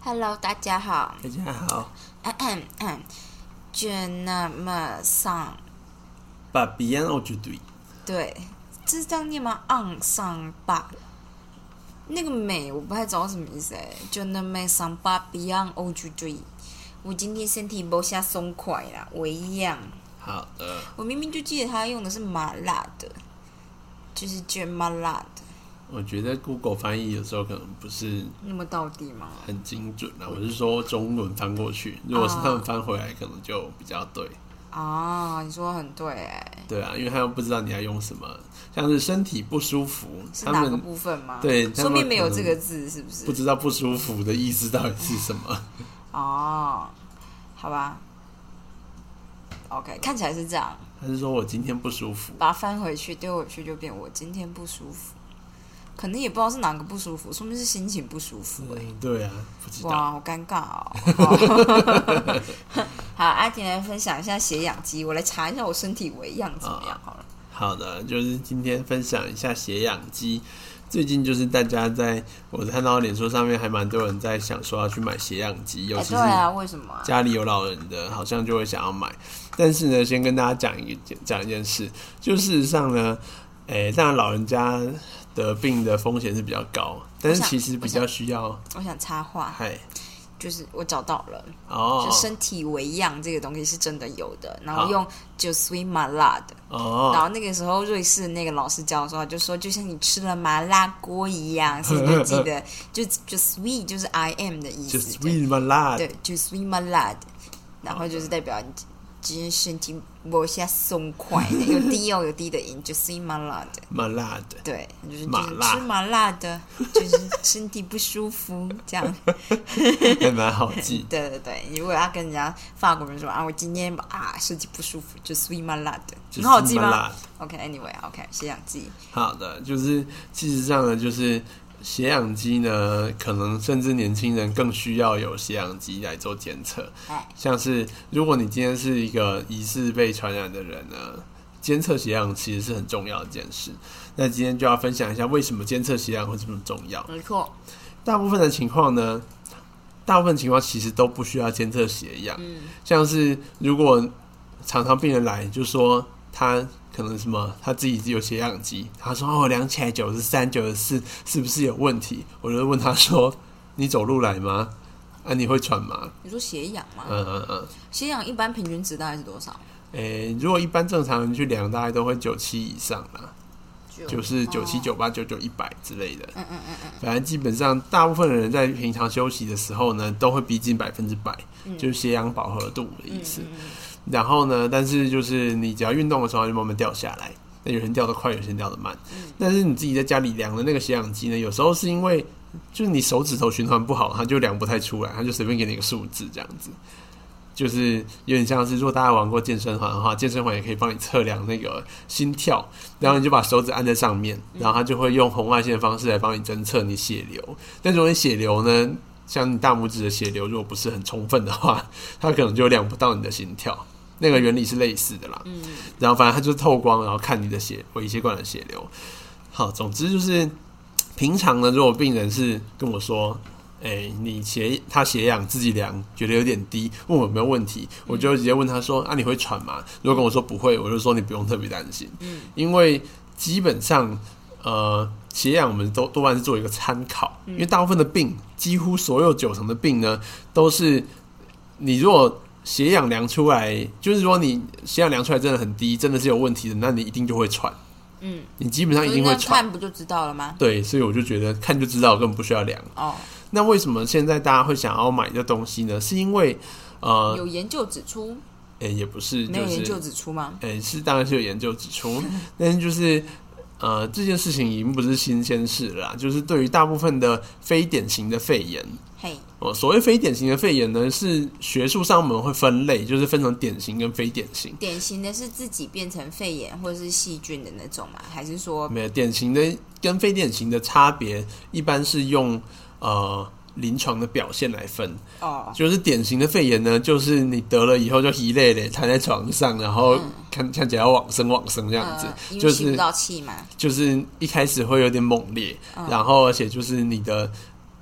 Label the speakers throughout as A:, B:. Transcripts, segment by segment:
A: Hello，大家好。嗯
B: 大家好，
A: Je ne me sens，
B: 把 Beyond 奥组队
A: 对，这是这样念吗？on 上吧。那个美我不太知道什么意思哎。Je ne me sens pas bien aujourd'hui。我今天身体不下松快啦，我一样。
B: 好的，
A: 我明明就记得他用的是麻辣的，就是 Je malade。
B: 我觉得 Google 翻译有时候可能不是
A: 那么到底吗？
B: 很精准啊。我是说中文翻过去，如果是他们翻回来，可能就比较对。
A: 啊，你说得很对哎，
B: 对啊，因为他们不知道你要用什么，像是身体不舒服，
A: 是
B: 他
A: 哪个
B: 们
A: 部分吗？
B: 对他
A: 说
B: 们
A: 明没有这
B: 可能
A: 个字是不是？
B: 不知道不舒服的意思到底是什么。
A: 哦，好吧，OK，看起来是这样，
B: 他是说我今天不舒服，
A: 把它翻回去丢回去就变我今天不舒服，可能也不知道是哪个不舒服，说明是心情不舒服哎、
B: 嗯，对啊，不知道。
A: 哇，好尴尬 哦。好，阿婷来分享一下血氧机，我来查一下我身体维氧怎么
B: 啊
A: 样好了。
B: 好的，就是今天分享一下血氧机。最近就是大家在我看到脸书上面还蛮多人在想说要去买血氧机，尤
A: 哎、
B: 其是
A: 对啊，为什么啊？
B: 家里有老人的，好像就会想要买。但是呢，先跟大家讲一个讲一件事，就事实上呢，诶、当然老人家得病的风险是比较高，但是
A: 我想
B: 其实比较需要
A: 我想插话，
B: 嗨
A: 就是我找到了，
B: 哦
A: 就身体维氧这个东西是真的有的，然后
B: 好
A: 用 j u s u i malade。然
B: 哦
A: 后那个时候瑞士那个老师教的时候，他就说就像你吃了麻辣锅一样，所以你就记 得就就 sweet 就是 I am 的意
B: ，just
A: 思，
B: read my lad，
A: 对，就 sweet my lad，然后就是代表你今天身体某下松快，有低哦有低的音，就 sweet my lad，
B: my lad，
A: 对，就是就
B: 麻
A: 是
B: 辣
A: 吃麻辣的，就是身体不舒服这 样。。
B: 还蛮好记
A: 对对对，你如果要跟人家法国人说啊，我今天啊身体不舒服，就 sweet my lad，
B: 就
A: 很
B: 是
A: 好记
B: my
A: 吗
B: lad
A: ？OK，anyway，OK，先想记。
B: 好的，就是事实上呢，就是血氧机呢，可能甚至年轻人更需要有血氧机来做检测。
A: 哎
B: 像是如果你今天是一个疑似被传染的人呢，监测血氧其实是很重要的一件事。那今天就要分享一下为什么监测血氧会这么重要。
A: 没错，
B: 大部分的情况呢，大部分情况其实都不需要监测血氧。
A: 嗯，
B: 像是如果常常病人来就说他可能什么他自己有血氧机，他说哦量起来九十三、九十四，是不是有问题？我就问他说你走路来吗？啊，你会喘吗？
A: 你说血氧吗？
B: 嗯嗯嗯。
A: 血氧一般平均值大概是多少？
B: 诶、如果一般正常人去量，大概都会九七以上啦，
A: 就
B: 就是九七、九八、九九、一百之类的。
A: 哦嗯嗯嗯嗯，
B: 反正基本上，大部分的人在平常休息的时候呢，都会逼近百分之百，
A: 嗯
B: 就是血氧饱和度的意思。然后呢，但是就是你只要运动的时候，它就慢慢掉下来。那有人掉得快，有些人掉得慢。
A: 嗯
B: 但是你自己在家里量的那个血氧机呢，有时候是因为就是你手指头循环不好，它就量不太出来，它就随便给你一个数字这样子。就是有点像是，如果大家玩过健身环的话，健身环也可以帮你测量那个心跳，然后你就把手指按在上面，然后它就会用红外线的方式来帮你侦测你血流。但如果你血流呢，像你大拇指的血流如果不是很充分的话， 它可能就量不到你的心跳。那个原理是类似的啦。嗯，然后反正它就是透光，然后看你的血微血管的血流。好，总之就是平常呢，如果病人是跟我说。哎、你血他血氧自己量，觉得有点低，问我有没有问题，
A: 嗯
B: 我就直接问他说：“啊，你会喘吗？”如果跟我说不会，我就说你不用特别担心，嗯，因为基本上呃，血氧我们都多半是做一个参考，
A: 嗯
B: 因为大部分的病，几乎所有九成的病呢，都是你如果血氧量出来，就是说你血氧量出来真的很低，真的是有问题的，那你一定就会喘，
A: 嗯，
B: 你基本上一
A: 所以
B: 定会
A: 那
B: 喘。
A: 看不就知道了吗？
B: 对，所以我就觉得看就知道，根本不需要量。
A: 哦，
B: 那为什么现在大家会想要买这东西呢？是因为呃，
A: 有研究指出，
B: 诶、也不是，
A: 没
B: 就
A: 有研
B: 是
A: 究指出吗？
B: 诶、是当然是有研究 指出，但是就是呃，这件事情已经不是新鲜事了啦就是对于大部分的非典型的肺炎，
A: 嘿，
B: 哦，所谓非典型的肺炎呢，是学术上我们会分类，就是分成典型跟非典型。
A: 典型的是自己变成肺炎或者是细菌的那种嘛？还是说
B: 没有典型的跟非典型的差别，一般是用呃临床的表现来分。
A: 哦，
B: 就是典型的肺炎呢，就是你得了以后就一累累躺在床上，然后看、看起来要往生往生这
A: 这
B: 样子，
A: 嗯呃因
B: 就
A: 为吸
B: 是
A: 不到气嘛？嗯
B: 就是一开始会有点猛烈，然后而且就是你的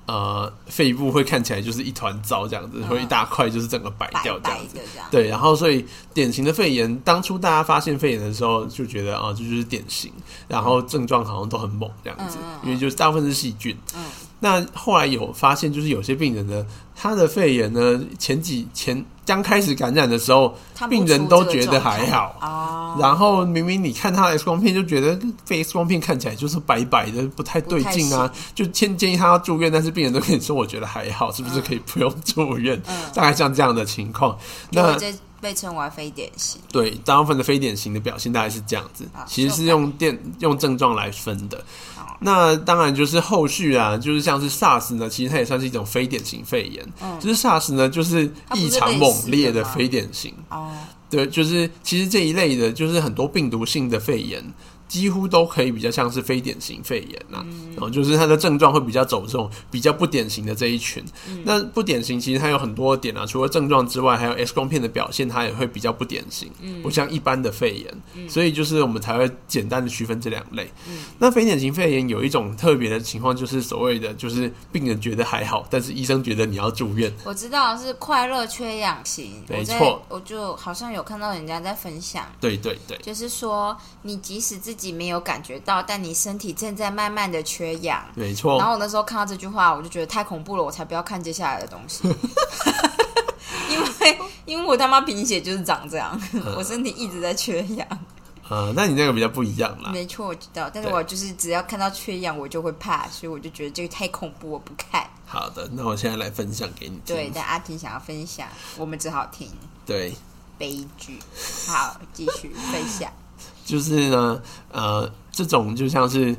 B: 呃肺部会看起来就是一团糟这样子，会一大块就是整个白
A: 嗯白
B: 掉这样
A: 白
B: 子。
A: 的这样。
B: 对，然后所以典型的肺炎，当初大家发现肺炎的时候，就觉得啊，这就是典型，然后症状好像都很猛这样子，
A: 嗯嗯嗯
B: 因为就是大部分是细菌。
A: 嗯
B: 那后来有发现，就是有些病人呢，他的肺炎呢，前几前刚开始感染的时候，
A: 看不出
B: 病人都觉得还好。
A: 哦，
B: 然后明明你看他的 X 光片，就觉得被 X 光片看起来就是白白的，不太对劲
A: 不
B: 啊，就建建议他要住院，但是病人都跟你说，我觉得还好，是不是可以不用住院？
A: 嗯
B: 大概像这样的情况，
A: 就
B: 那
A: 会被被称为非典型。
B: 对，大部分的非典型的表现大概是这样子
A: 好，
B: 其实是用电用症状来分的
A: 好。
B: 那当然就是后续啊，就是像是 SARS 呢，其实它也算是一种非典型肺炎。
A: 嗯
B: 就是 SARS 呢，就是
A: 它不是
B: 异常猛
A: 类似
B: 烈的
A: 的吗
B: 非典型。
A: 哦，
B: 对，就是其实这一类的，就是很多病毒性的肺炎，几乎都可以比较像是非典型肺炎呐、
A: 嗯
B: 然后、就是它的症状会比较走这种比较不典型的这一群。
A: 嗯
B: 那不典型其实它有很多点啊，除了症状之外，还有 X 光片的表现，它也会比较不典型，
A: 嗯
B: 不像一般的肺炎。所以就是我们才会简单的区分这两类。
A: 嗯
B: 那非典型肺炎有一种特别的情况，就是所谓的就是病人觉得还好，但是医生觉得你要住院。
A: 我知道是快乐缺氧型。
B: 没
A: 我在
B: 错
A: 我就好像有看到人家在分享。
B: 对对对。
A: 就是说，你即使自己没有感觉到，但你身体正在慢慢的缺氧。
B: 没错，
A: 然后我那时候看到这句话，我就觉得太恐怖了，我才不要看接下来的东 西。因为因为我他妈贫血就是长这 样，我身体一直在缺氧。
B: 呃，那你那个比较不一样啦。
A: 没错，我知道，但是我就是只要看到缺氧，我就会怕，所以我就觉得这个太恐怖，我不看。
B: 好的，那我现在来分享给你听。
A: 对，但阿婷想要分享，我们只好听
B: 对
A: 悲剧。好，继续分享。
B: 就是呢，呃，这种就像是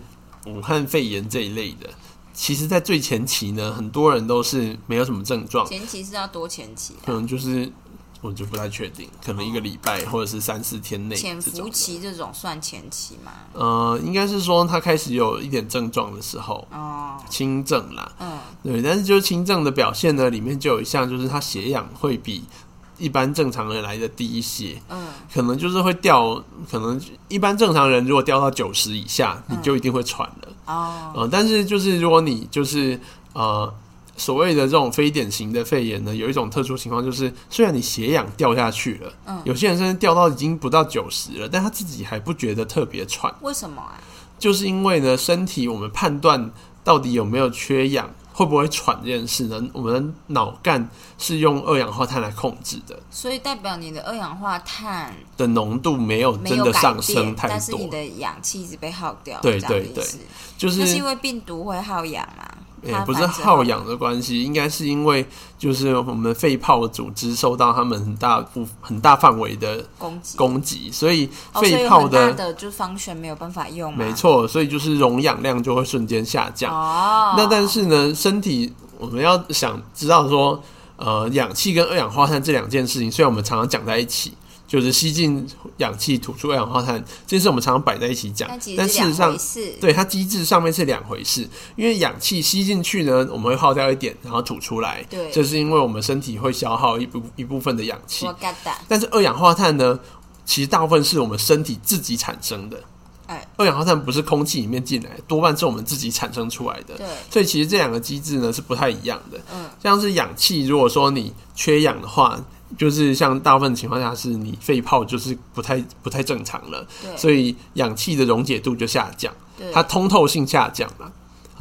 B: 武汉肺炎这一类的，其实在最前期呢，很多人都是没有什么症状，
A: 前期是要多前期啊，
B: 可能就是我就不太确定，可能一个礼拜或者是三四天内
A: 潜
B: 这
A: 伏
B: 种。
A: 期这种算前期吗？
B: 呃，应该是说他开始有一点症状的时候，
A: 哦，
B: 轻症啦，
A: 嗯，
B: 对，但是就是轻症的表现呢，里面就有一项就是他血氧会比一般正常人来的低一些，
A: 嗯，
B: 可能就是会掉，可能一般正常人如果掉到九十以下，你就一定会喘了。
A: 哦，
B: 呃，但是就是如果你就是呃所谓的这种非典型的肺炎呢，有一种特殊情况就是，虽然你血氧掉下去了，
A: 嗯
B: 有些人甚至掉到已经不到九十了，但他自己还不觉得特别喘，
A: 为什么啊？
B: 就是因为呢，身体我们判断到底有没有缺氧。会不会喘这件事呢？我们的脑干是用二氧化碳来控制的，
A: 所以代表你的二氧化碳
B: 的浓度没有
A: 没
B: 真
A: 有
B: 的
A: 改
B: 上
A: 变
B: 升太多。
A: 但是你的氧气一直被耗掉，
B: 对
A: 这样的意
B: 对
A: 思
B: 就
A: 那
B: 是
A: 是因为病毒会耗氧嘛？
B: 也、
A: 它
B: 不是
A: 繁殖
B: 耗氧的关系，应该是因为就是我们肺泡组织受到他们很大部很大范围的
A: 攻击，
B: 攻击，所以
A: 哦所以
B: 肺
A: 有
B: 泡
A: 很
B: 的、
A: 大的就是方旋没有办法用嘛，
B: 没错，所以就是容氧量就会瞬间下降。
A: 哦。
B: 那但是呢，身体我们要想知道说，呃，氧气跟二氧化碳这两件事情，虽然我们常常讲在一起，就是吸进氧气吐出二氧化碳，这件事我们常常摆在一起讲
A: 但其，
B: 但
A: 实是
B: 事实
A: 两
B: 上
A: 回事，
B: 对，它机制上面是两回事，因为氧气吸进去呢，我们会耗掉一点，然后吐出来，
A: 对
B: 这是因为我们身体会消耗一部一部分的氧气
A: 我。嘎达，
B: 但是二氧化碳呢，其实大部分是我们身体自己产生的，
A: 哎，
B: 二氧化碳不是空气里面进来，多半是我们自己产生出来的。
A: 对，
B: 所以其实这两个机制呢是不太一样的。
A: 嗯，
B: 像是氧气，如果说你缺氧的话，就是像大部分情况下是你肺泡就是不太不太正常了，
A: 对
B: 所以氧气的溶解度就下降。
A: 对，
B: 它通透性下降了，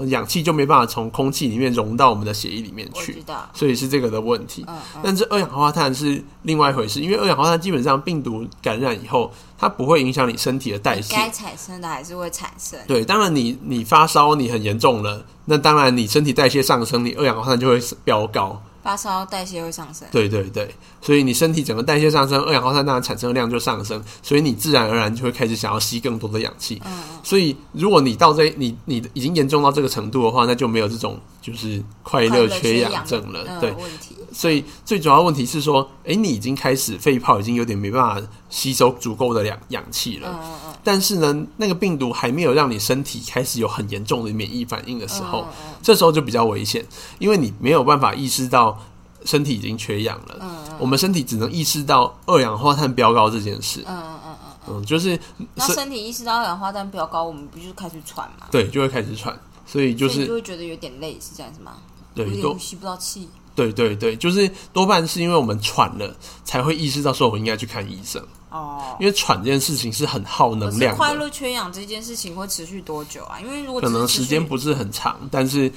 B: 氧气就没办法从空气里面融到我们的血液里面
A: 我知
B: 去，
A: 道，
B: 所以是这个的问题。
A: 嗯嗯，
B: 但是二氧化碳是另外一回事，因为二氧化碳基本上病毒感染以后，它不会影响你身体的代
A: 你嗯
B: 谢。
A: 该产生的还是会产生，
B: 对，当然你你发烧你很严重了，那当然你身体代谢上升，你二氧化碳就会飙高。
A: 发烧代谢会上升，
B: 对对对，所以你身体整个代谢上升，二氧化碳当然产生量就上升，所以你自然而然就会开始想要吸更多的氧气。
A: 嗯
B: 所以如果你到这你你已经严重到这个程度的话，那就没有这种就是快
A: 快
B: 乐
A: 乐
B: 缺
A: 氧
B: 氧症了。
A: 嗯
B: 对，
A: 问题，
B: 所以最主要的问题是说，诶，你已经开始肺泡已经有点没办法吸收足够的氧氧气了。
A: 嗯嗯嗯，
B: 但是呢，那个病毒还没有让你身体开始有很严重的免疫反应的时候，
A: 嗯嗯
B: 这时候就比较危险，因为你没有办法意识到身体已经缺氧了。
A: 嗯嗯
B: 我们身体只能意识到二氧化碳飙高这件事
A: 嗯，嗯嗯嗯。
B: 嗯，就是
A: 那
B: 是
A: 身体意识到二氧化碳飙高，我们不就开始喘吗？
B: 对，就会开始喘，所以就
A: 所以你
B: 是
A: 就会觉得有点累，是这样子吗？有
B: 对，
A: 点
B: 多
A: 呼吸不到气。
B: 对对对，就是多半是因为我们喘了，才会意识到说我应该去看医生，
A: 哦，
B: 因为喘这件事情是很耗
A: 可
B: 能
A: 哦是
B: 量
A: 快
B: 的，
A: 乐缺氧这件事情会持续多久啊？因为如果
B: 可能
A: 只是
B: 时
A: 持续
B: 间不是很长，但是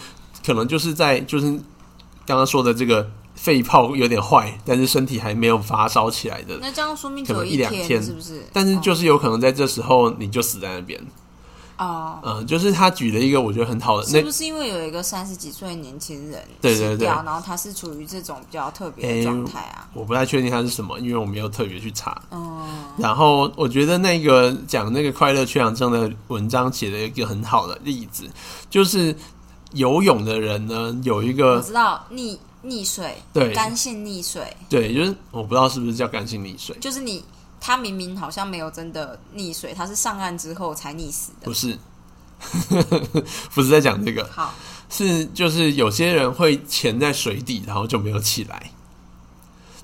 B: 可能就是在就是刚刚说的这个肺泡有点坏，但是身体还没有发烧起来的，
A: 那这样说明只有
B: 可能一两天
A: 是不是？
B: 但是就是有可能在这时候你就死在那边。
A: 哦，
B: 嗯、就是他举了一个我觉得很好的
A: 是
B: 那
A: 不是因为有一个三十几岁的年轻人
B: 对对
A: 死
B: 对
A: 掉然后他是处于这种比较特别的
B: 诶
A: 状态啊？
B: 我不太确定它是什么，因为我没有特别去查。
A: 嗯，
B: 然后我觉得那个讲那个快乐缺氧症的文章写了一个很好的例子，就是游泳的人呢有一
A: 我
B: 个
A: 知道溺溺水，
B: 呃对
A: 干性溺水，
B: 对，就是我不知道是不是叫干性溺水，
A: 就是你他明明好像没有真的溺水，他是上岸之后才溺死的
B: 不。是， 不是在讲这个，
A: 好，
B: 是就是有些人会潜在水底，然后就没有起来，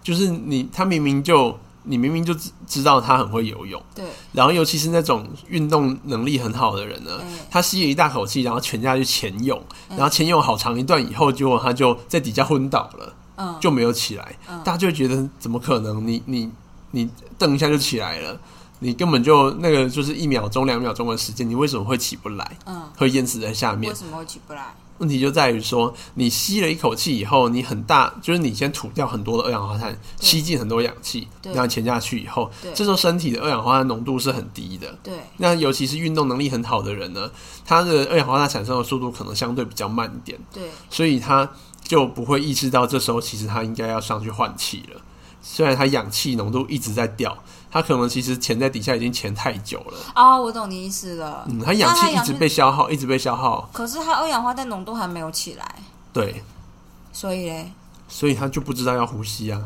B: 就是你他明明就你明明就知知道他很会游泳。
A: 对，
B: 然后尤其是那种运动能力很好的人呢，
A: 嗯
B: 他吸了一大口气，然后潜下去潜泳，然后潜泳好长一段以后，结果他就在底下昏倒了，
A: 嗯，
B: 就没有起来。
A: 嗯
B: 大家就会觉得怎么可能？你你你蹬一下就起来了，你根本就那个就是一秒钟、两秒钟的时间，你为什么会起不来？
A: 嗯，
B: 会淹死在下面
A: 为。什么会起不来？
B: 问题就在于说，你吸了一口气以后，你很大，就是你先吐掉很多的二氧化碳，
A: 对
B: 吸进很多氧气，
A: 对
B: 然后潜下去以后
A: 对，
B: 这时候身体的二氧化碳浓度是很低的。
A: 对，
B: 那尤其是运动能力很好的人呢，他的二氧化碳产生的速度可能相对比较慢一点，
A: 对，
B: 所以他就不会意识到这时候其实他应该要上去换气了。虽然他氧气浓度一直在掉，他可能其实潜在底下已经潜太久了，
A: 哦，我懂你意思了。
B: 嗯，他氧
A: 那
B: 气
A: 它
B: 一直被消耗，一直被消耗，
A: 可是它二氧化碳浓度还没有起来，
B: 对，
A: 所以嘞，
B: 所以他就不知道要呼吸啊，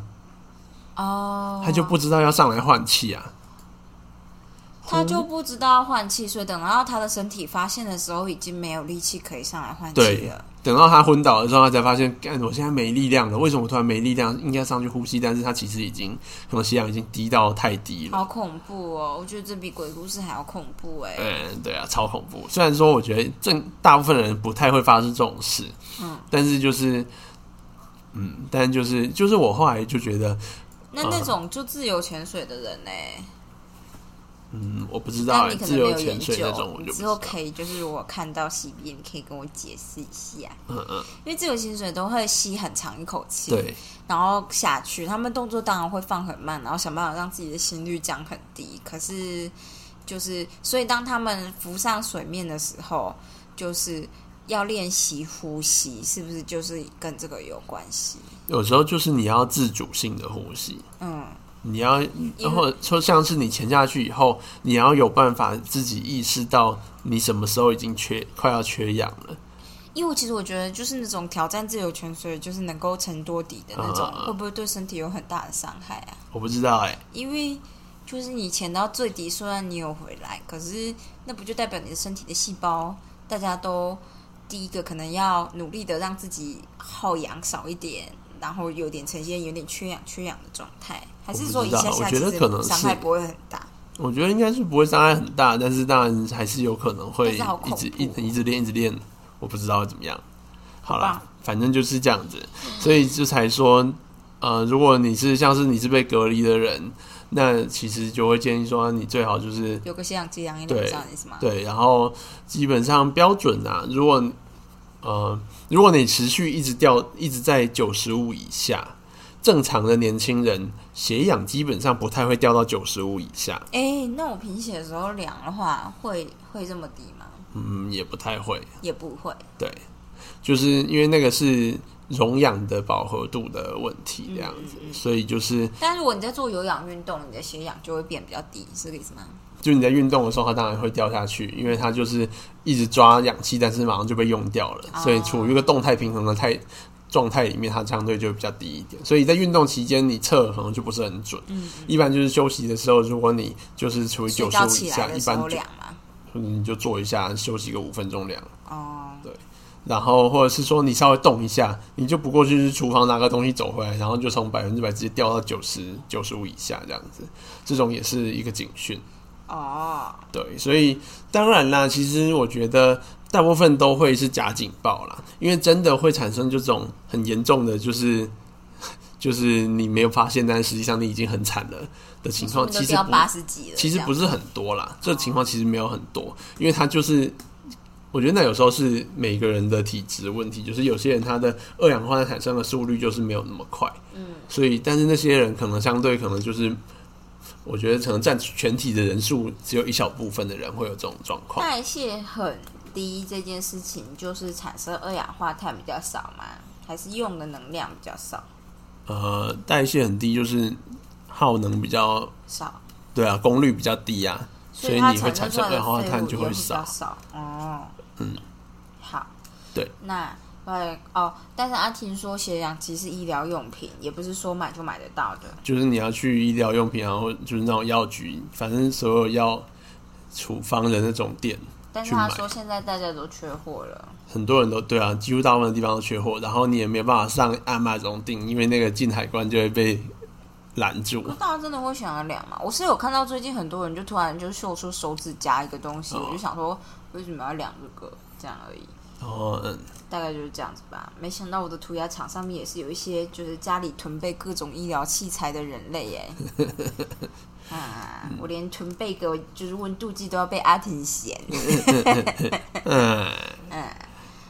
A: 哦，
B: 他就不知道要上来换气啊，
A: 他就不知道换气，所以等到他的身体发现的时候，已经没有力气可以上来换气
B: 对
A: 了。
B: 等到他昏倒的时候，他才发现，干，我现在没力量了。为什么我突然没力量？应该上去呼吸，但是他其实已经可能血氧已经低到太低了。
A: 好恐怖哦！我觉得这比鬼故事还要恐怖哎、
B: 嗯，对啊，超恐怖。虽然说我觉得正大部分人不太会发生这种事，
A: 嗯，
B: 但是就是，嗯，但就是就是我后来就觉得，
A: 那那种就自由潜水的人呢、
B: 嗯，我不知
A: 那
B: 道、欸、
A: 你可
B: 自
A: 能没
B: 由
A: 有研
B: 潜
A: 究
B: 水那种，我
A: 你
B: 就不知
A: 之后
B: 道。
A: 可以就是如果看到洗鼻，你可以跟我解释一下，
B: 嗯嗯，
A: 因为自由潜水都会吸很长一口气，
B: 对，
A: 然后下去，他们动作当然会放很慢，然后想办法让自己的心率降很低。可是，就是所以当他们浮上水面的时候，就是要练习呼吸，是不是就是跟这个有关系？
B: 有时候就是你要自主性的呼吸。
A: 嗯，
B: 你要，
A: 因为
B: 或者说像是你潜下去以后，你要有办法自己意识到你什么时候已经缺快要缺氧了。
A: 因为我其实我觉得就是那种挑战自由潜水，就是能够沉多底的那种，
B: 嗯嗯嗯
A: 会不会对身体有很大的伤害啊？
B: 我不知道哎、
A: 因为就是你潜到最低，虽然你有回来，可是那不就代表你的身体的细胞，大家都第一个可能要努力的让自己耗氧少一点，然后有点呈现有点缺氧缺氧的状态，还是说
B: 我
A: 一
B: 不知道
A: 下下
B: 我
A: 其
B: 觉得
A: 实
B: 可能是
A: 伤害不会很大？
B: 我觉得应该是不会伤害很大，但是当然还是有可能会
A: 但是好
B: 一
A: 恐
B: 直
A: 怖哦
B: 一直一直练一直练，我不知道会怎么样。好
A: 好
B: 啦
A: 吧，
B: 反正就是这样子，所以这才说，呃，如果你是像是你是被隔离的人，那其实就会建议说你最好就是
A: 有个血氧机量一
B: 对
A: 这样的意思吗？
B: 对，然后基本上标准啊，如果呃，如果你持续一直掉，一直在九十五以下，正常的年轻人血氧基本上不太会掉到九十五以下，
A: 哎、那我贫血的时候量的话，会会这么低吗？
B: 嗯，也不太会，
A: 也不会。
B: 对，就是因为那个是溶氧的饱和度的问题，
A: 嗯
B: 这样子，所以就是
A: 但如果你在做有氧运动，你的血氧就会变比较低，是这个意思吗？
B: 就你在运动的时候，它当然会掉下去，因为它就是一直抓氧气，但是马上就被用掉了，
A: 哦
B: 所以处于一个动态平衡的态状态里面，它相对就比较低一点。所以在运动期间，你测可能就不是很准。
A: 嗯，
B: 一般就是休息的时候，如果你就是处于
A: 睡
B: 九十
A: 觉
B: 五
A: 起
B: 以
A: 来
B: 下，
A: 的
B: 一
A: 时候
B: 般就
A: 量嘛。
B: 你就坐一下，休息个五分钟量。
A: 哦，
B: 然后或者是说你稍微动一下，你就不过去厨房拿个东西走回来，然后就从百分之百直接掉到九十九十五以下这样子，这种也是一个警讯。
A: 哦，
B: 对，所以当然啦，其实我觉得大部分都会是假警报啦，因为真的会产生这种很严重的，就是 就是你没有发现，但实际上你已经很惨了的情况，
A: 都
B: 其实
A: 掉
B: 不
A: 八十几了，
B: 其实不
A: 是，
B: 是很多啦，这情况其实没有很多，因为他就是，我觉得那有时候是每个人的体质问题，就是有些人他的二氧化碳产生的速率就是没有那么快，嗯，所以但是那些人可能相对可能就是，我觉得可能占全体的人数只有一小部分的人会有这种状况，
A: 代谢很低这件事情，就是产生二氧化碳比较少嘛，还是用的能量比较少？
B: 呃，代谢很低就是耗能比较
A: 少，
B: 对啊，功率比较低啊，所
A: 以
B: 以
A: 它
B: 你会产生
A: 出
B: 二
A: 来的
B: 氧化碳
A: 废
B: 就
A: 物也
B: 会
A: 比
B: 少
A: 较，少。哦，
B: 嗯，
A: 好，
B: 对，
A: 那。呃哦，但是阿婷说血氧机是医疗用品，也不是说买就买得到的。
B: 就是你要去医疗用品啊，或就是那种药局，反正所有药处方的那种店，
A: 但是
B: 去
A: 他
B: 买
A: 说现在大家都缺货了，
B: 很多人都对啊，几乎大部分的地方都缺货，然后你也没办法上 Amazon 订，因为那个进海关就会被拦 住
A: 可。大家真的会想要量吗？我是有看到最近很多人就突然就秀出手指夹一个东西，
B: 哦
A: 我就想说为什么要量这个？这样而已，
B: 然后嗯，
A: 大概就是这样子吧。没想到我的涂鸦墙上面也是有一些就是家里囤备各种医疗器材的人类耶。 啊！
B: 嗯
A: 我连囤备个就是温度计都要被阿婷嫌。 嗯，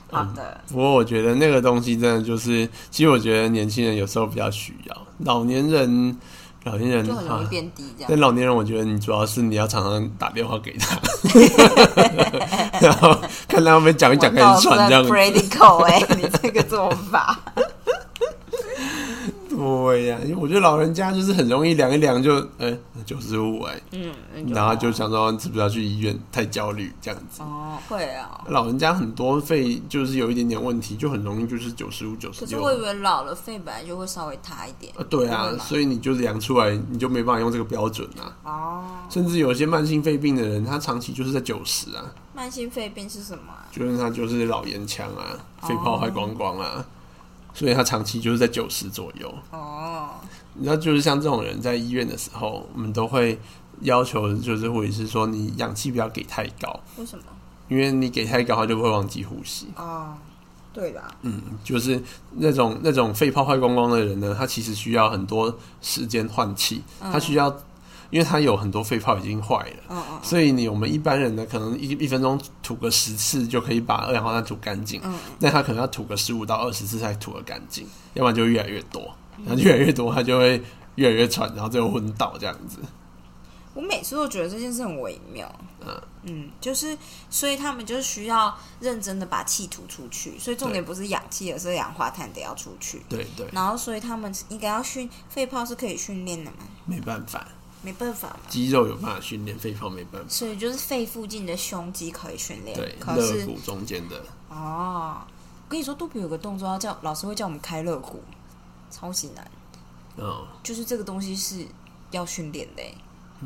A: 好的，
B: 不过我觉得那个东西真的就是，其实我觉得年轻人有时候比较需要，老年人，老年人
A: 就很容易
B: 啊
A: 变低这样。
B: 但老年人，我觉得你主要是你要常常打电话给他， 然后看他们讲一讲开始
A: 我到
B: 喘这样
A: 了
B: 子。
A: critical 哎、 你这个做法。
B: 对呀、因为我觉得老人家就是很容易量一量就，呃九十五哎，
A: 嗯， 那
B: 然后就想说是不是要去医院，太焦虑这样子。
A: 哦，会啊、
B: 老人家很多肺就是有一点点问题，就很容易就是九十五、九十
A: 可是
B: 六
A: 我。以为老了肺本来就会稍微塌一点。
B: 呃对啊
A: 不会，吧
B: 所以你就量出来，你就没办法用这个标准啊。
A: 哦，
B: 甚至有一些慢性肺病的人，他长期就是在九十啊，
A: 慢性肺病是什么、啊？
B: 就是他就是老烟枪啊，
A: 哦
B: 肺泡坏光光啊，所以他长期就是在九十左右。
A: 哦，
B: 你知道，就是像这种人在医院的时候，我们都会要求就是护理师说，你氧气不要给太高，
A: 为什么？
B: 因为你给太高，他就会忘记呼吸。
A: 哦，对啦，
B: 嗯，就是那种那种肺泡坏光光的人呢，他其实需要很多时间换气，他需要，因为他有很多肺泡已经坏了。
A: 嗯嗯
B: 所以你我们一般人呢，可能一一分钟吐个十次就可以把二氧化碳吐干净，
A: 嗯
B: 那他可能要吐个十五到二十次才吐得干净，要不然就越来越多，然后越来越多，他就会越来越喘，然后最后昏倒这样子。
A: 我每次都觉得这件事很微妙。
B: 嗯
A: 嗯，就是，所以他们就是需要认真的把气吐出去，所以重点不是氧气，而是二氧化碳得要出去。
B: 对对，
A: 然后，所以他们应该要训肺泡是可以训练的嘛？
B: 没办法，
A: 没办法嘛，
B: 肌肉有办法训练，肺泡没办法。
A: 所以就是肺附近的胸肌可以训练
B: 对，，
A: 可
B: 肋
A: 是
B: 骨中间的，
A: 哦，我跟你说，肚皮有个动作要叫老师会叫我们开肋骨，超级难。
B: 嗯，
A: 就是这个东西是要训练的欸、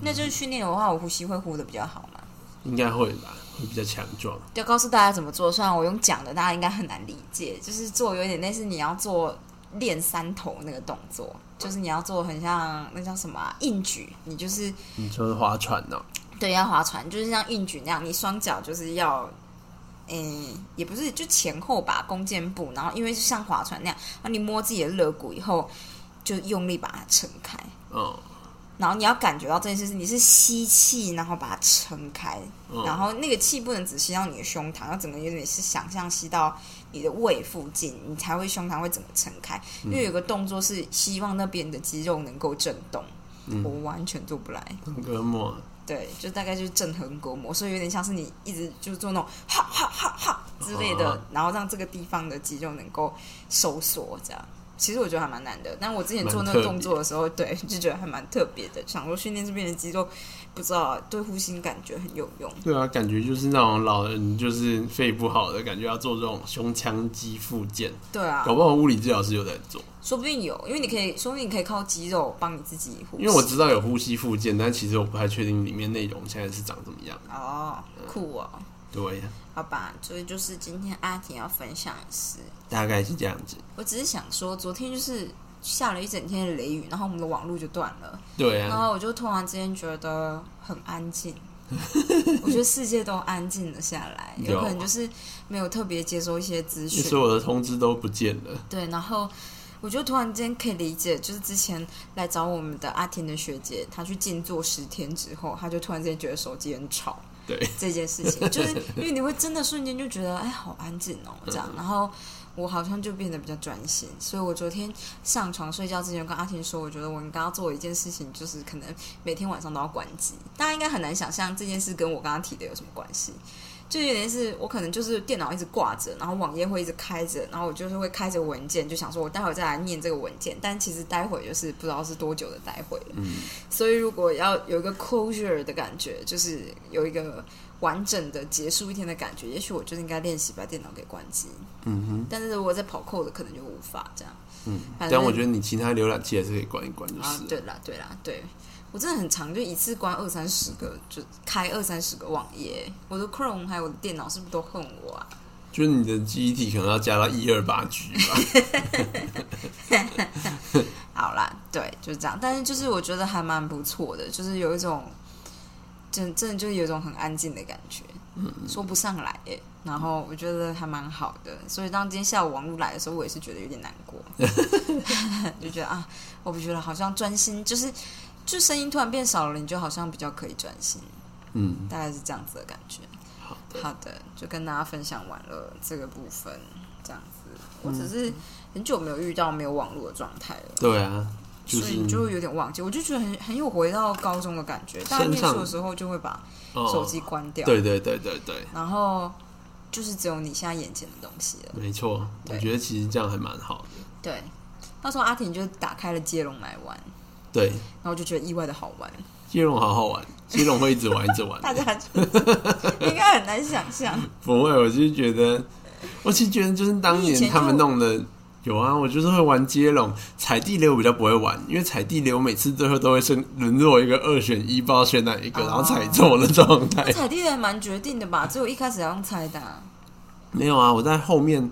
A: 那就是训练的话，我呼吸会呼的比较好嘛。
B: 应该会吧，会比较强壮。
A: 要告诉大家怎么做，虽然我用讲的，大家应该很难理解，就是做有点类似你要做练三头那个动作，就是你要做很像那叫什么、啊、硬举，你就是
B: 你说是划船哦呢、
A: 对，要划船，就是像硬举那样，你双脚就是要，诶、也不是就前后吧，弓箭步，然后因为就像划船那样，然后你摸自己的肋骨以后，就用力把它撑开，
B: 哦
A: 然后你要感觉到这件事是你是吸气，然后把它撑开，
B: 嗯
A: 然
B: 嗯，
A: 后那个气不能只吸到你的胸膛，要整个有点是想象吸到你的胃附近，你才会胸膛会整个撑开。因为有个动作是希望那边的肌肉能够震动，
B: 嗯
A: 我完全做不来。
B: 横膈膜，
A: 对，就大概就是正横膈膜，所以有点像是你一直就是做那种哈哈哈哈之类的，
B: 哦
A: 然后让这个地方的肌肉能够收缩，这样。其实我觉得还蛮难的，但我之前做那个
B: 蛮特别
A: 动作的时候，对，就觉得还蛮特别的，想说训练这边的肌肉，不知道对呼吸感觉很有用。
B: 对啊，感觉就是那种老人就是肺不好的感觉，要做这种胸腔肌复健，
A: 对啊
B: 搞，不好物理治疗师有在做。
A: 说不定有，因为你可以，说不定你可以靠肌肉帮你自己呼吸。
B: 因为我知道有呼吸复健，但其实我不太确定里面内容现在是长怎么样。
A: 哦，酷哦，
B: 对啊呀，
A: 好吧，所以就是今天阿婷要分享的是。
B: 大概是这样子。
A: 我只是想说，昨天就是下了一整天的雷雨，然后我们的网络就断了，
B: 对
A: 然
B: 啊，
A: 后我就突然之间觉得很安静，我觉得世界都安静了下来，有
B: 有
A: 可能就是没有特别接收一些资讯，
B: 所有的通知都不见了。
A: 对，然后我就突然间可以理解，就是之前来找我们的阿田的学姐，她去静坐十天之后，她就突然间觉得手机很吵
B: 对，
A: 这件事情，就是因为你会真的瞬间就觉得，哎，好安静哦，这样，然后。我好像就变得比较专心，所以我昨天上床睡觉之前，我跟阿田说，我觉得我应该要做一件事情，就是可能每天晚上都要关机。大家应该很难想象这件事跟我刚刚提的有什么关系，就有点是我可能就是电脑一直挂着，然后网页会一直开着，然后我就是会开着文件，就想说我待会再来念这个文件，但其实待会就是不知道是多久的待会了。
B: 嗯，
A: 所以如果要有一个 closure 的感觉，就是有一个完整的结束一天的感觉，也许我就是应该练习把电脑给关机。
B: 嗯哼，
A: 但是我在跑扣的可能就无法这样。
B: 嗯，
A: 反正
B: 但我觉得你其他浏览器还是可以关一关，就
A: 啊
B: 是，了。
A: 对啦，对啦，对。我真的很长，就一次关二三十个，就开二三十个网页。我的 Chrome 还有我的电脑是不是都恨我啊？
B: 就是你的记忆体可能要加到一二八 G 吧。
A: 好啦，对，就是这样。但是就是我觉得还蛮不错的，就是有一种真真的就是有一种很安静的感觉，说不上来耶。然后我觉得还蛮好的，所以当今天下午网络来的时候，我也是觉得有点难 过，就觉得啊，我不觉得好像专心，就是就声音突然变少了，你就好像比较可以专心，
B: 嗯，
A: 大概是这样子的感觉。
B: 好的，
A: 好的，就跟大家分享完了这个部分，这样子。我只是
B: 嗯
A: 很久没有遇到没有网络的状态了。
B: 对啊，就
A: 所以
B: 是
A: 你就有点忘记，我就觉得很很有回到高中的感觉。大家
B: 身
A: 念
B: 上
A: 书的时候就会把
B: 哦
A: 手机关掉，
B: 对对对对对，
A: 然后就是只有你现在眼前的东西了。
B: 没错，我
A: 对
B: 觉得其实这样还蛮好的。
A: 对，到时候阿婷就打开了接龙来玩，
B: 对，
A: 然后就觉得意外的好 玩，
B: 接龙好好玩，接龙会一直玩一直 玩。
A: 大家就应该很难想 象。
B: 不会，我就是觉得，我其实觉得就是当
A: 你以前
B: 年
A: 就
B: 他们弄的。有啊，我就是会玩接龙，踩地雷我比较不会玩，因为踩地雷我每次最后都会是沦落一个二选一，不知道选哪一个，
A: 哦
B: 然后踩中的状态。
A: 踩地雷蛮决定的吧？只有一开始要用猜的啊、
B: 没有啊，我在后面，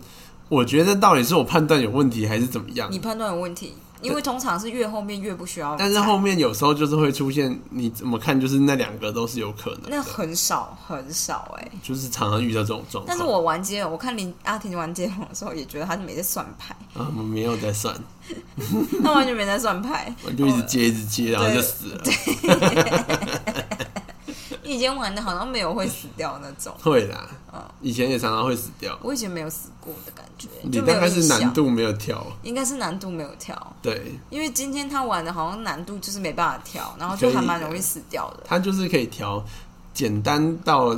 B: 我觉得到底是我判断有问题还是怎么样
A: 你？判断有问题，因为通常是越后面越不需要猜。
B: 但是后面有时候就是会出现，你怎么看就是那两个都是有可能
A: 那
B: 的，
A: 很少很少哎、
B: 就是常常遇到这种状况。
A: 但是我玩接龙，我看林阿婷玩接龙的时候，也觉得她是没在算牌。
B: 啊，我没有在算，
A: 他完全没在算牌。
B: 我就一直接一直接，然后就死
A: 哦
B: 了。
A: 你以前玩的好像没有会死掉那种，
B: 会啦，
A: 嗯
B: 以前也常常会死掉。
A: 我以前没有死过的感觉，
B: 你
A: 就没
B: 大
A: 有
B: 概
A: 印
B: 是难
A: 象。
B: 度没有调，
A: 应该是难度没有调，
B: 对，
A: 因为今天他玩的好像难度就是没办法调，然后就还蛮容易死掉的。
B: 它就是可以调简单到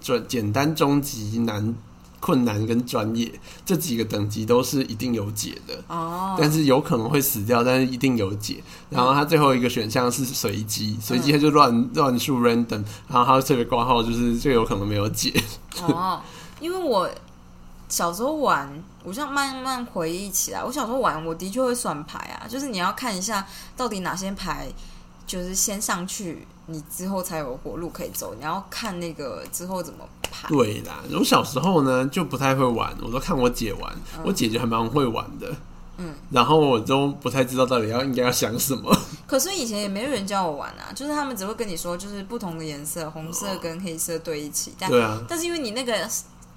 B: 专简单、中级、难、困难跟专业这几个等级都是一定有解的。
A: 哦，
B: 但是有可能会死掉，但是一定有解。然后它最后一个选项是随机，随机它就乱乱数 random，然后它特别挂号就是最有可能没有解。
A: 哦，因为我小时候玩，我这样慢慢回忆起来，我小时候玩，我的确会算牌啊，就是你要看一下到底哪些牌就是先上去，你之后才有活路可以走，你要看那个之后怎么排。
B: 对啦，我小时候呢就不太会玩，我都看我姐玩，我姐姐还蛮会玩的。
A: 嗯，
B: 然后我都不太知道到底要应该要想什么。
A: 可是以前也没有人教我玩啊，就是他们只会跟你说，就是不同的颜色，红色跟黑色 对一起。但
B: 对啊，
A: 但是因为你那个，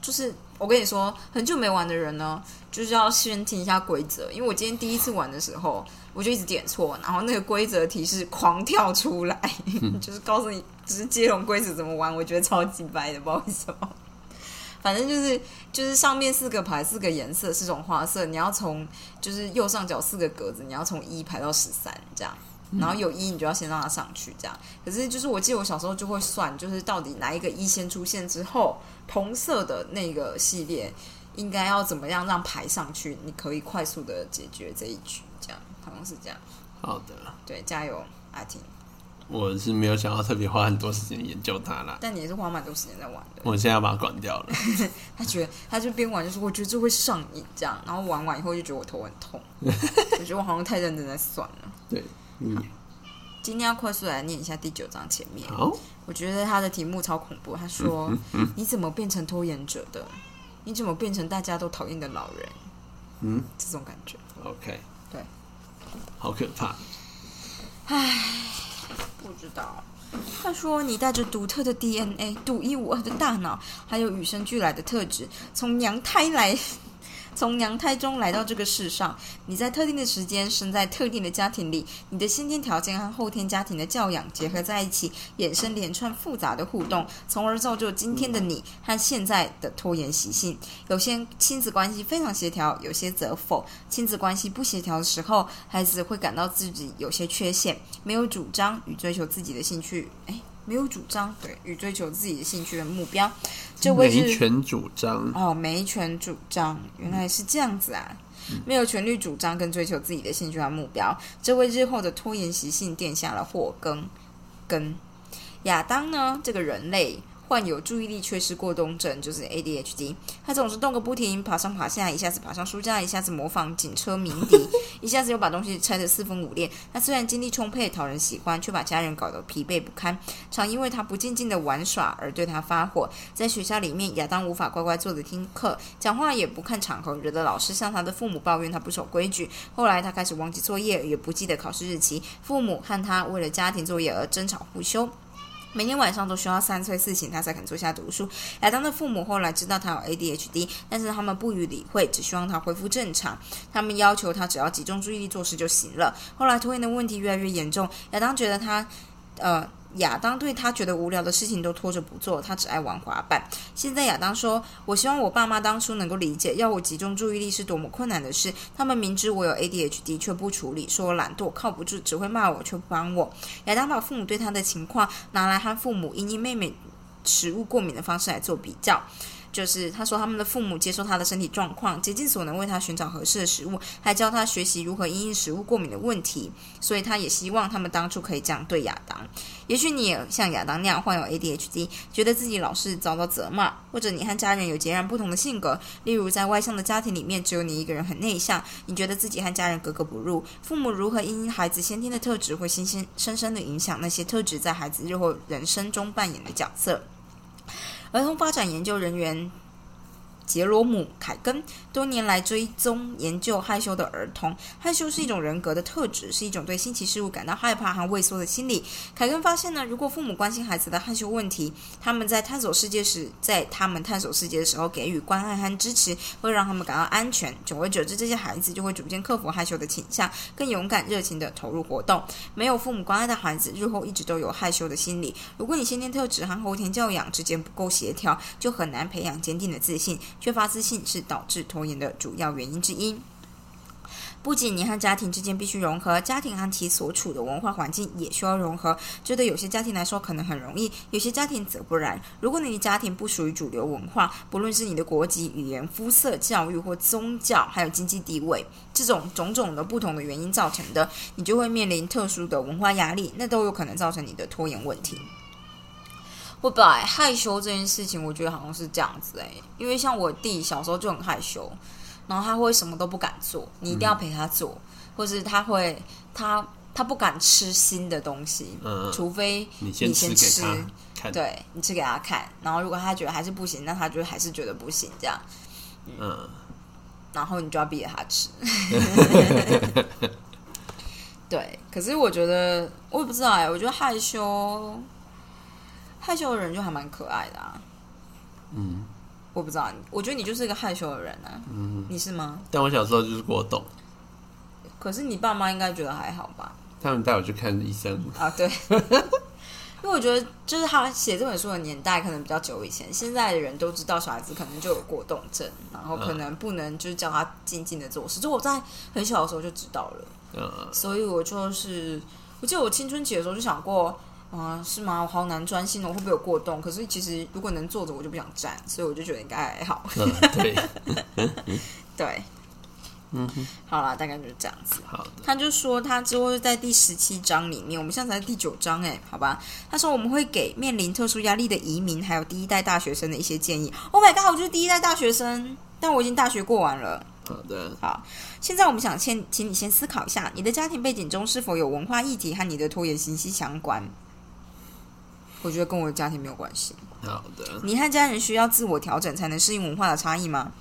A: 就是我跟你说，很久没玩的人呢，就是要先听一下规则。因为我今天第一次玩的时候，我就一直点错，然后那个规则提示狂跳出来， 就是告诉你，只是接龙规则怎么玩，我觉得超级白的，不知道为什么。 反正就是就是上面四个牌，四个颜色，四种花色，你要从就是右上角四个格子，你要从一排到十三这样。然后有一你就要先让它上去，这样。可是就是我记得我小时候就会算，就是到底哪一个一先出现之后，同色的那个系列应该要怎么样让排上去，你可以快速的解决这一局，这样好像是这样。
B: 好的，
A: 对，加油，阿婷！
B: 我是没有想要特别花很多时间研究它啦。
A: 但你也是花蛮多时间在玩的。
B: 我现在要把它关掉 了。
A: 他觉得他就边玩就说，我觉得这会上瘾，这样。然后玩完以后就觉得我头很痛，我觉得我好像太认真在算了。
B: 对，嗯，
A: 今天要快速来念一下第九章前 面。
B: 好，嗯
A: 我觉得他的题目超恐怖。他说：“你怎么变成拖延者的？你怎么变成大家都讨厌的老人？”
B: 嗯，
A: 这种感觉，
B: ，OK，
A: 对，
B: 好可怕。
A: 不知道。他说：“你带着独特的 DNA、独一无二的大脑，还有与生俱来的特质，从娘胎来， 从娘胎中来到这个世上。你在特定的时间生在特定的家庭里，你的先天条件和后天家庭的教养结合在一起，衍生连串复杂的互动，从而造就今天的你和现在的拖延习性。有些亲子关系非常协调，有些则否。亲子关系不协调的时候，孩子会感到自己有些缺陷，没有主张与追求自己的兴趣。哎，没有主张，对，与追求自己的兴趣的目标。这位
B: 维
A: 是
B: 权主张，
A: 哦，没权主张，原来是这样子啊。没有权利主张跟追求自己的兴趣和目标，这为日后的拖延习性垫下了祸根。根亚当呢，这个人类患有注意力缺失过动症，就是 ADHD。他总是动个不停，爬上爬下，一下子爬上书架，一下子模仿警车鸣笛，一下子又把东西拆得四分五裂。他虽然精力充沛，讨人喜欢，却把家人搞得疲惫不堪，常因为他不静静的玩耍而对他发火。在学校里面，亚当无法乖乖坐着听课，讲话也不看场合，惹得老师向他的父母抱怨他不守规矩。后来他开始忘记作业，也不记得考试日期，父母和他为了家庭作业而争吵互休。每天晚上都需要三催四请，他才肯坐下读书。亚当的父母后来知道他有 ADHD，但是他们不予理会，只希望他恢复正常。他们要求他只要集中注意力做事就行了。后来拖延的问题越来越严重，亚当觉得他，呃，亚当对他觉得无聊的事情都拖着不做，他只爱玩滑板。现在亚当说：“我希望我爸妈当初能够理解，要我集中注意力是多么困难的事。他们明知我有 ADHD 却不处理，说我懒惰、靠不住，只会骂我却不帮我。”亚当把父母对他的情况拿来和父母因应妹妹食物过敏的方式来做比较。就是他说，他们的父母接受他的身体状况，竭尽所能为他寻找合适的食物，还教他学习如何因应食物过敏的问题。所以他也希望他们当初可以这样对亚当。也许你也像亚当那样患有 ADHD，觉得自己老是遭到责骂，或者你和家人有截然不同的性格。例如，在外向的家庭里面，只有你一个人很内向，你觉得自己和家人格格不入。父母如何因孩子先天的特质，会深深深深的影响那些特质在孩子日后人生中扮演的角色。儿童发展研究人员杰罗姆·凯根多年来追踪研究害羞的儿童。害羞是一种人格的特质，是一种对新奇事物感到害怕和畏缩的心理。凯根发现呢，如果父母关心孩子的害羞问题，他们在探索世界时，在他们探索世界的时候给予关爱和支持，会让他们感到安全。久而久之，这些孩子就会逐渐克服害羞的倾向，更勇敢、热情地投入活动。没有父母关爱的孩子，日后一直都有害羞的心理。如果你先天特质和后天教养之间不够协调，就很难培养坚定的自信。缺乏自信是导致拖延的主要原因之一。不仅你和家庭之间必须融合，家庭和其所处的文化环境也需要融合。这对有些家庭来说可能很容易，有些家庭则不然。如果你的家庭不属于主流文化，不论是你的国籍、语言、肤色、教育或宗教，还有经济地位，这种种种的不同的原因造成的，你就会面临特殊的文化压力，那都有可能造成你的拖延问题。我本来害羞这件事情，我觉得好像是这样子诶、欸因为像我弟小时候就很害羞，然后他会什么都不敢做，你一定要陪他做，或是他会他他不敢吃新的东西，
B: 嗯，
A: 除非
B: 你先吃
A: 先吃
B: 给，他看，
A: 对你吃给他看，然后如果他觉得还是不行，那他就还是觉得不行这样，
B: 嗯，
A: 然后你就要逼着他吃。 对，可是我觉得我也不知道哎、我觉得害羞害羞的人就还蛮可爱的啊。
B: 嗯，
A: 我不知道，我觉得你就是一个害羞的人啊。
B: 嗯，
A: 你是吗？
B: 但我小时候就是过动，
A: 可是你爸妈应该觉得还好吧？
B: 他们带我去看医生，
A: 啊，对， 因为我觉得就是他写这本书的年代可能比较久以前，现在的人都知道小孩子可能就有过动症，然后
B: 嗯
A: 可能不能就是叫他静静的做事，就我在很小的时候就知道了，
B: 嗯，
A: 所以我就是我记得我青春期的时候就想过。啊、是吗？我好难专心哦，我会不会有过动？可是其实如果能坐着，我就不想站，所以我就觉得应该还好。
B: 嗯，对，
A: 对，
B: 嗯哼，
A: 好啦，大概就是这样子。
B: 好的，
A: 他就说他之后在第十七章里面，我们现在才第九章哎，好吧？他说我们会给面临特殊压力的移民还有第一代大学生的一些建议。Oh my god，我就是第一代大学生，但我已经大学过完了。
B: 好的，
A: 好，现在我们想先，请你先思考一下，你的家庭背景中是否有文化议题和你的拖延信息相关？我觉得跟我的家庭没有关系。
B: 好的，
A: 你和家人需要自我调整才能适应文化的差异吗？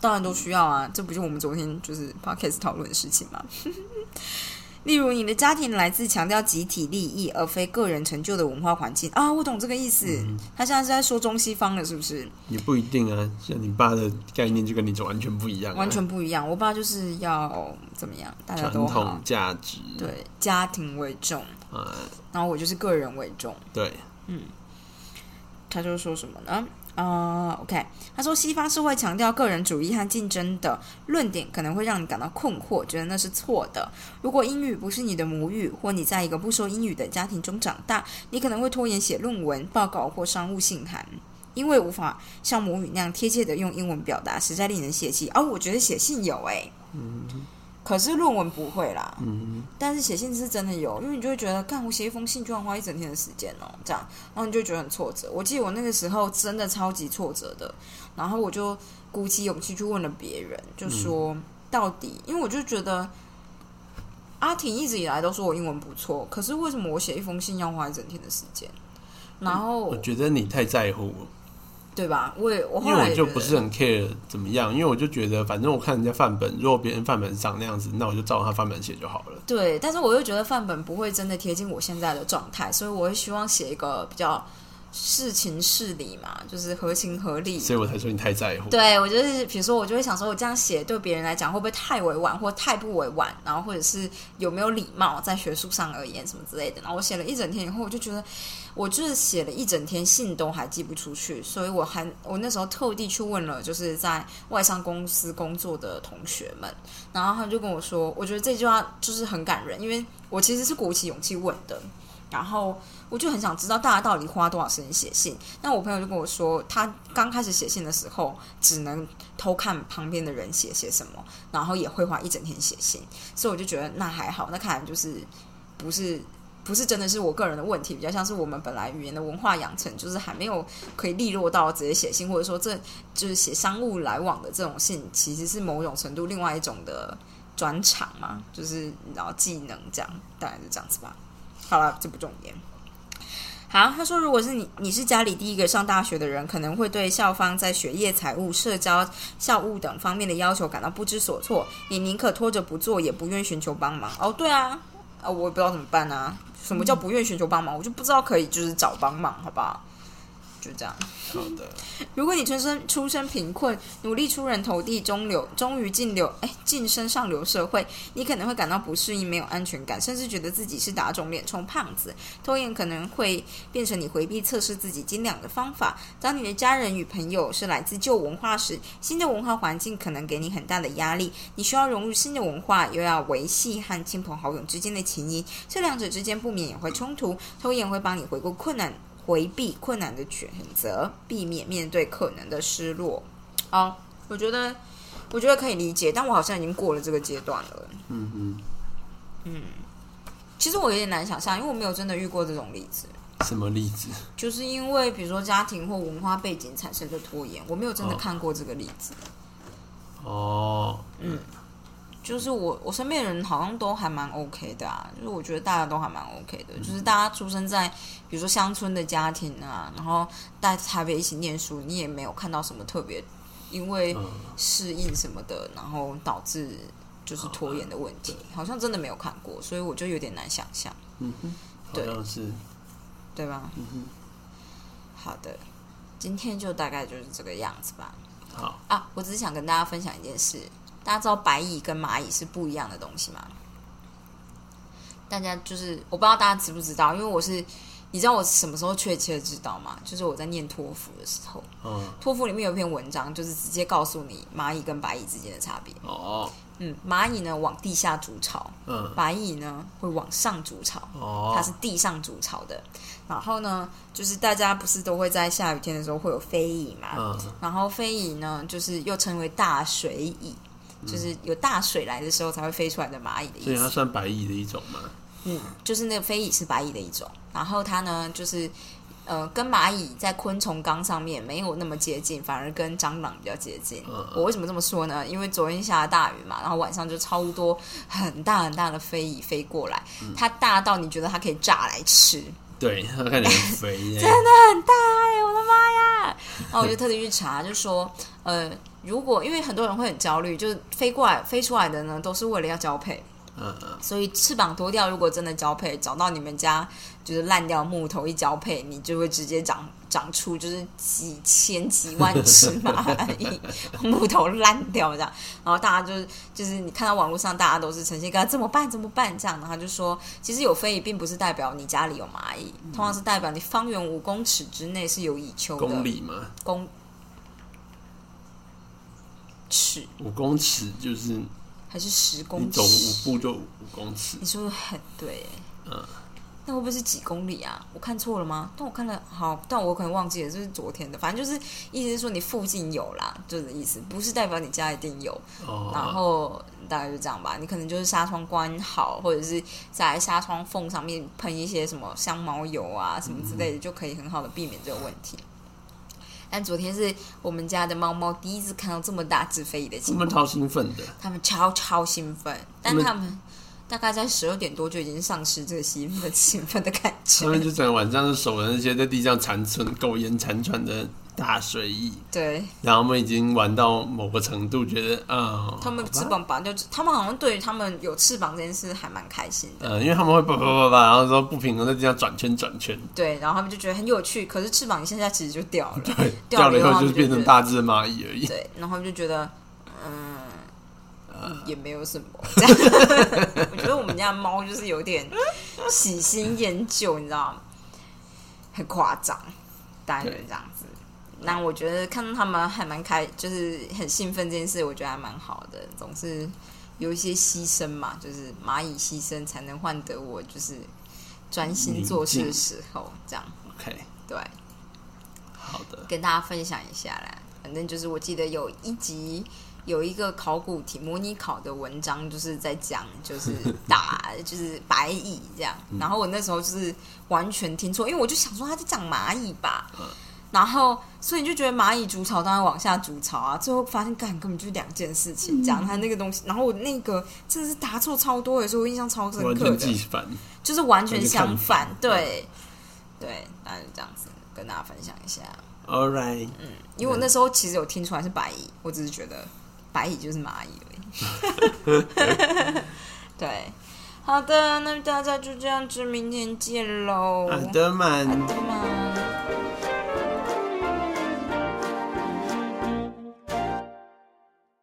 A: 当然都需要啊，这不就我们昨天就是 podcast 讨论的事情吗？ 例如，你的家庭来自强调集体利益而非个人成就的文化环境啊，我懂这个意思。他现在是在说中西方了，是不是？
B: 也不一定啊。像你爸的概念就跟你这完全不一样、啊，
A: 完全不一样。我爸就是要怎么样，大家
B: 传
A: 都好
B: 统，价值
A: 对，家庭为重，
B: 啊，
A: 然后我就是个人为重。
B: 对，
A: 他就说什么呢？啊、o k 他说西方是会强调个人主义和竞争的论点，可能会让你感到困惑，觉得那是错的。如果英语不是你的母语，或你在一个不说英语的家庭中长大，你可能会拖延写论文、报告或商务信函，因为无法像母语那样贴切的用英文表达，实在令人泄气。而、我觉得写信有诶、可是论文不会啦，
B: 嗯，
A: 但是写信是真的有，因为你就会觉得，干我写一封信居然花一整天的时间哦、这样，然后你就觉得很挫折。我记得我那个时候真的超级挫折的，然后我就鼓起勇气去问了别人，就说、
B: 嗯
A: 到底，因为我就觉得阿婷一直以来都说我英文不错，可是为什么我写一封信要花一整天的时间？然后
B: 嗯我觉得你太在乎我，
A: 对吧？我也我
B: 因
A: 后来
B: 为
A: 也
B: 我就
A: 觉
B: 不
A: 得
B: 是很 care 怎么样，因为我就觉得反正我看人家范本，如果别人范本长那样子，那我就照他范本写就好了。
A: 对，但是我又觉得范本不会真的贴近我现在的状态，所以我会希望写一个比较事情事理嘛，就是合情合理。
B: 所以我才说你太在乎。
A: 对我就是，比如说我就会想说，我这样写对别人来讲会不会太委婉或太不委婉，然后或者是有没有礼貌，在学术上而言什么之类的。然后我写了一整天以后，我就觉得我就是写了一整天信都还寄不出去，所以我还我那时候特地去问了，就是在外商公司工作的同学们，然后他们就跟我说，我觉得这句话就是很感人，因为我其实是鼓起勇气问的，然后。我就很想知道大家到底花多少时间写信。那我朋友就跟我说，他刚开始写信的时候，只能偷看旁边的人写些什么，然后也会花一整天写信。所以我就觉得那还好，那看来就是不是不是真的是我个人的问题，比较像是我们本来语言的文化养成，就是还没有可以利落到直接写信，或者说这就是写商务来往的这种信，其实是某种程度另外一种的专长嘛，就是然后技能这样，大概是这样子吧。好了，这不重点。好，他说，如果是你，你是家里第一个上大学的人，可能会对校方在学业、财务、社交、校务等方面的要求感到不知所措。你宁可拖着不做，也不愿寻求帮忙。哦，对啊，啊、我也不知道怎么办啊。什么叫不愿寻求帮忙？我就不知道可以就是找帮忙，好不好？就这样。
B: 好的，
A: 如果你出身出身贫困，努力出人头地，中流终于进流哎晋升上流社会，你可能会感到不适应，没有安全感，甚至觉得自己是打肿脸充胖子。拖延可能会变成你回避测试自己斤两的方法。当你的家人与朋友是来自旧文化时，新的文化环境可能给你很大的压力。你需要融入新的文化，又要维系和亲朋好友之间的情谊，这两者之间不免也会冲突。拖延会帮你回顾困难回避困难的选择，避免面对可能的失落。哦，我觉得，我觉得可以理解，但我好像已经过了这个阶段了。
B: 嗯嗯，
A: 其实我有点难想象，因为我没有真的遇过这种例子，
B: 什么例子？
A: 就是因为比如说家庭或文化背景产生的拖延，我没有真的
B: 哦
A: 看过这个例子。
B: 哦，
A: 就是我我身边的人好像都还蛮 OK 的啊，就是我觉得大家都还蛮 OK 的，就是大家出生在比如说乡村的家庭啊，然后在台北一起念书，你也没有看到什么特别因为
B: 嗯
A: 适应什么的，然后导致就是拖延的问题，好像真的没有看过，所以我就有点难想象，
B: 嗯哼，好
A: 对
B: 像是，
A: 对吧？
B: 嗯哼，
A: 好的，今天就大概就是这个样子吧。
B: 好，
A: 啊，我只是想跟大家分享一件事，大家知道白蚁跟蚂蚁是不一样的东西吗？大家就是我不知道大家知不知道，因为我是你知道我什么时候确切地知道吗？就是我在念托福的时候，
B: 嗯，
A: 托福里面有一篇文章，就是直接告诉你蚂蚁跟白蚁之间的差别。
B: 哦，
A: 嗯，蚂蚁呢往地下筑巢，
B: 嗯，
A: 白蚁呢会往上筑巢。
B: 哦，
A: 它是地上筑巢的，然后呢，就是大家不是都会在下雨天的时候会有飞蚁嘛，
B: 嗯，
A: 然后飞蚁呢，就是又称为大水蚁，就是有大水来的时候才会飞出来的蚂蚁的
B: 所
A: 意
B: 以它
A: 思。
B: 算白蚁的一种嘛？
A: 嗯，就是那个飞蚁是白蚁的一种，然后它呢就是。呃，跟蚂蚁在昆虫纲上面没有那么接近，反而跟蟑螂比较接近。
B: 嗯嗯
A: 我为什么这么说呢？因为昨天下了大雨嘛，然后晚上就超多很大很大的飞蚁飞过来，它大到你觉得它可以炸来吃。
B: 对，它看起来很 肥耶，
A: 真的很大哎、我的妈呀！ 然后我就特地去查，就说，呃，如果因为很多人会很焦虑，就是飞过来、飞出来的呢，都是为了要交配，
B: 嗯嗯，
A: 所以翅膀脱掉，如果真的交配，找到你们家就是烂掉木头一交配，你就会直接长长出就是几千几万只蚂蚁， 木头烂掉这样。然后大家就是就是你看到网络上大家都是呈现个怎么办怎么办这样，然后他就说其实有非蚁并不是代表你家里有蚂蚁，
B: 嗯
A: 通常是代表你方圆五公尺之内是有蚁丘的
B: 公里嘛，
A: 公尺
B: 五公尺就是
A: 还是十
B: 你
A: 公尺
B: 走？五步就五公尺
A: 你，说的很对，
B: 嗯，
A: 那会不会是几公里啊？我看错了吗？但我看了，好，但我可能忘记了，这是昨天的。反正就是意思是说你附近有啦，就是意思，不是代表你家一定有。然
B: 哦，
A: 后大概就这样吧。你可能就是纱窗关好，或者是在纱窗缝上面喷一些什么香茅油啊什么之
B: 嗯
A: 类的，就可以很好的避免这个问题。但昨天是我们家的猫猫第一次看到这么大只飞蚁的
B: 他
A: 情况
B: 们，超兴奋的，
A: 他们超超兴奋，但
B: 他们
A: 他们大概在十二点多就已经丧失这个兴奋兴奋的感
B: 他们
A: 觉。
B: 就整个晚上就守着那些在地上缠存、苟延残喘的大水蚁，
A: 对
B: 然后我们已经玩到某个程度，觉得啊，
A: 他们
B: 好吧
A: 翅，膀拔掉，他们好像对于他们有翅膀这件事还蛮开心的。
B: 呃，因为他们会叭叭叭叭，然后说不平衡在地上转圈转圈，
A: 对，然后他们就觉得很有趣，可是翅膀现在其实就掉了。
B: 对，
A: 掉
B: 掉
A: 了
B: 了
A: 以
B: 以
A: 后
B: 后
A: 他们
B: 就是变
A: 就
B: 成
A: 觉得
B: 大只蚂蚁而已。
A: 对，然后他们就觉得，嗯，也没有什么。这样 我觉得我们家的猫就是有点喜新厌旧，你知道吗？很夸张，大概就是这样子。那我觉得看到他们还蛮开，就是很兴奋这件事，我觉得还蛮好的。总是有一些牺牲嘛，就是蚂蚁牺牲才能换得我就是专心做事的时候，这样
B: OK，
A: 对。
B: 好的，
A: 跟大家分享一下啦。反正就是我记得有一集有一个考古题模拟考的文章，就是在讲就是 打就是白蚁这样。
B: 嗯
A: 然后我那时候就是完全听错，因为我就想说他在讲蚂蚁吧。
B: 嗯
A: 然后，所以你就觉得蚂蚁筑巢当然往下筑巢啊，最后发现干根本就是两件事
B: 嗯
A: 情。讲他那个东西，然后我那个真的是答错超多的，所以我印象超深
B: 完
A: 刻
B: 全
A: 的
B: 记。反，
A: 就是完全相反
B: 完全看反，嗯
A: 对，对，那就这样子跟大家分享一下。
B: All right，
A: 因为我那时候其实有听出来是白蚁，我只是觉得白蚁就是蚂蚁而已。 对，好
B: 啊
A: 的，那大家就这样子，明天见喽。
B: 阿德曼。
A: 好的嘛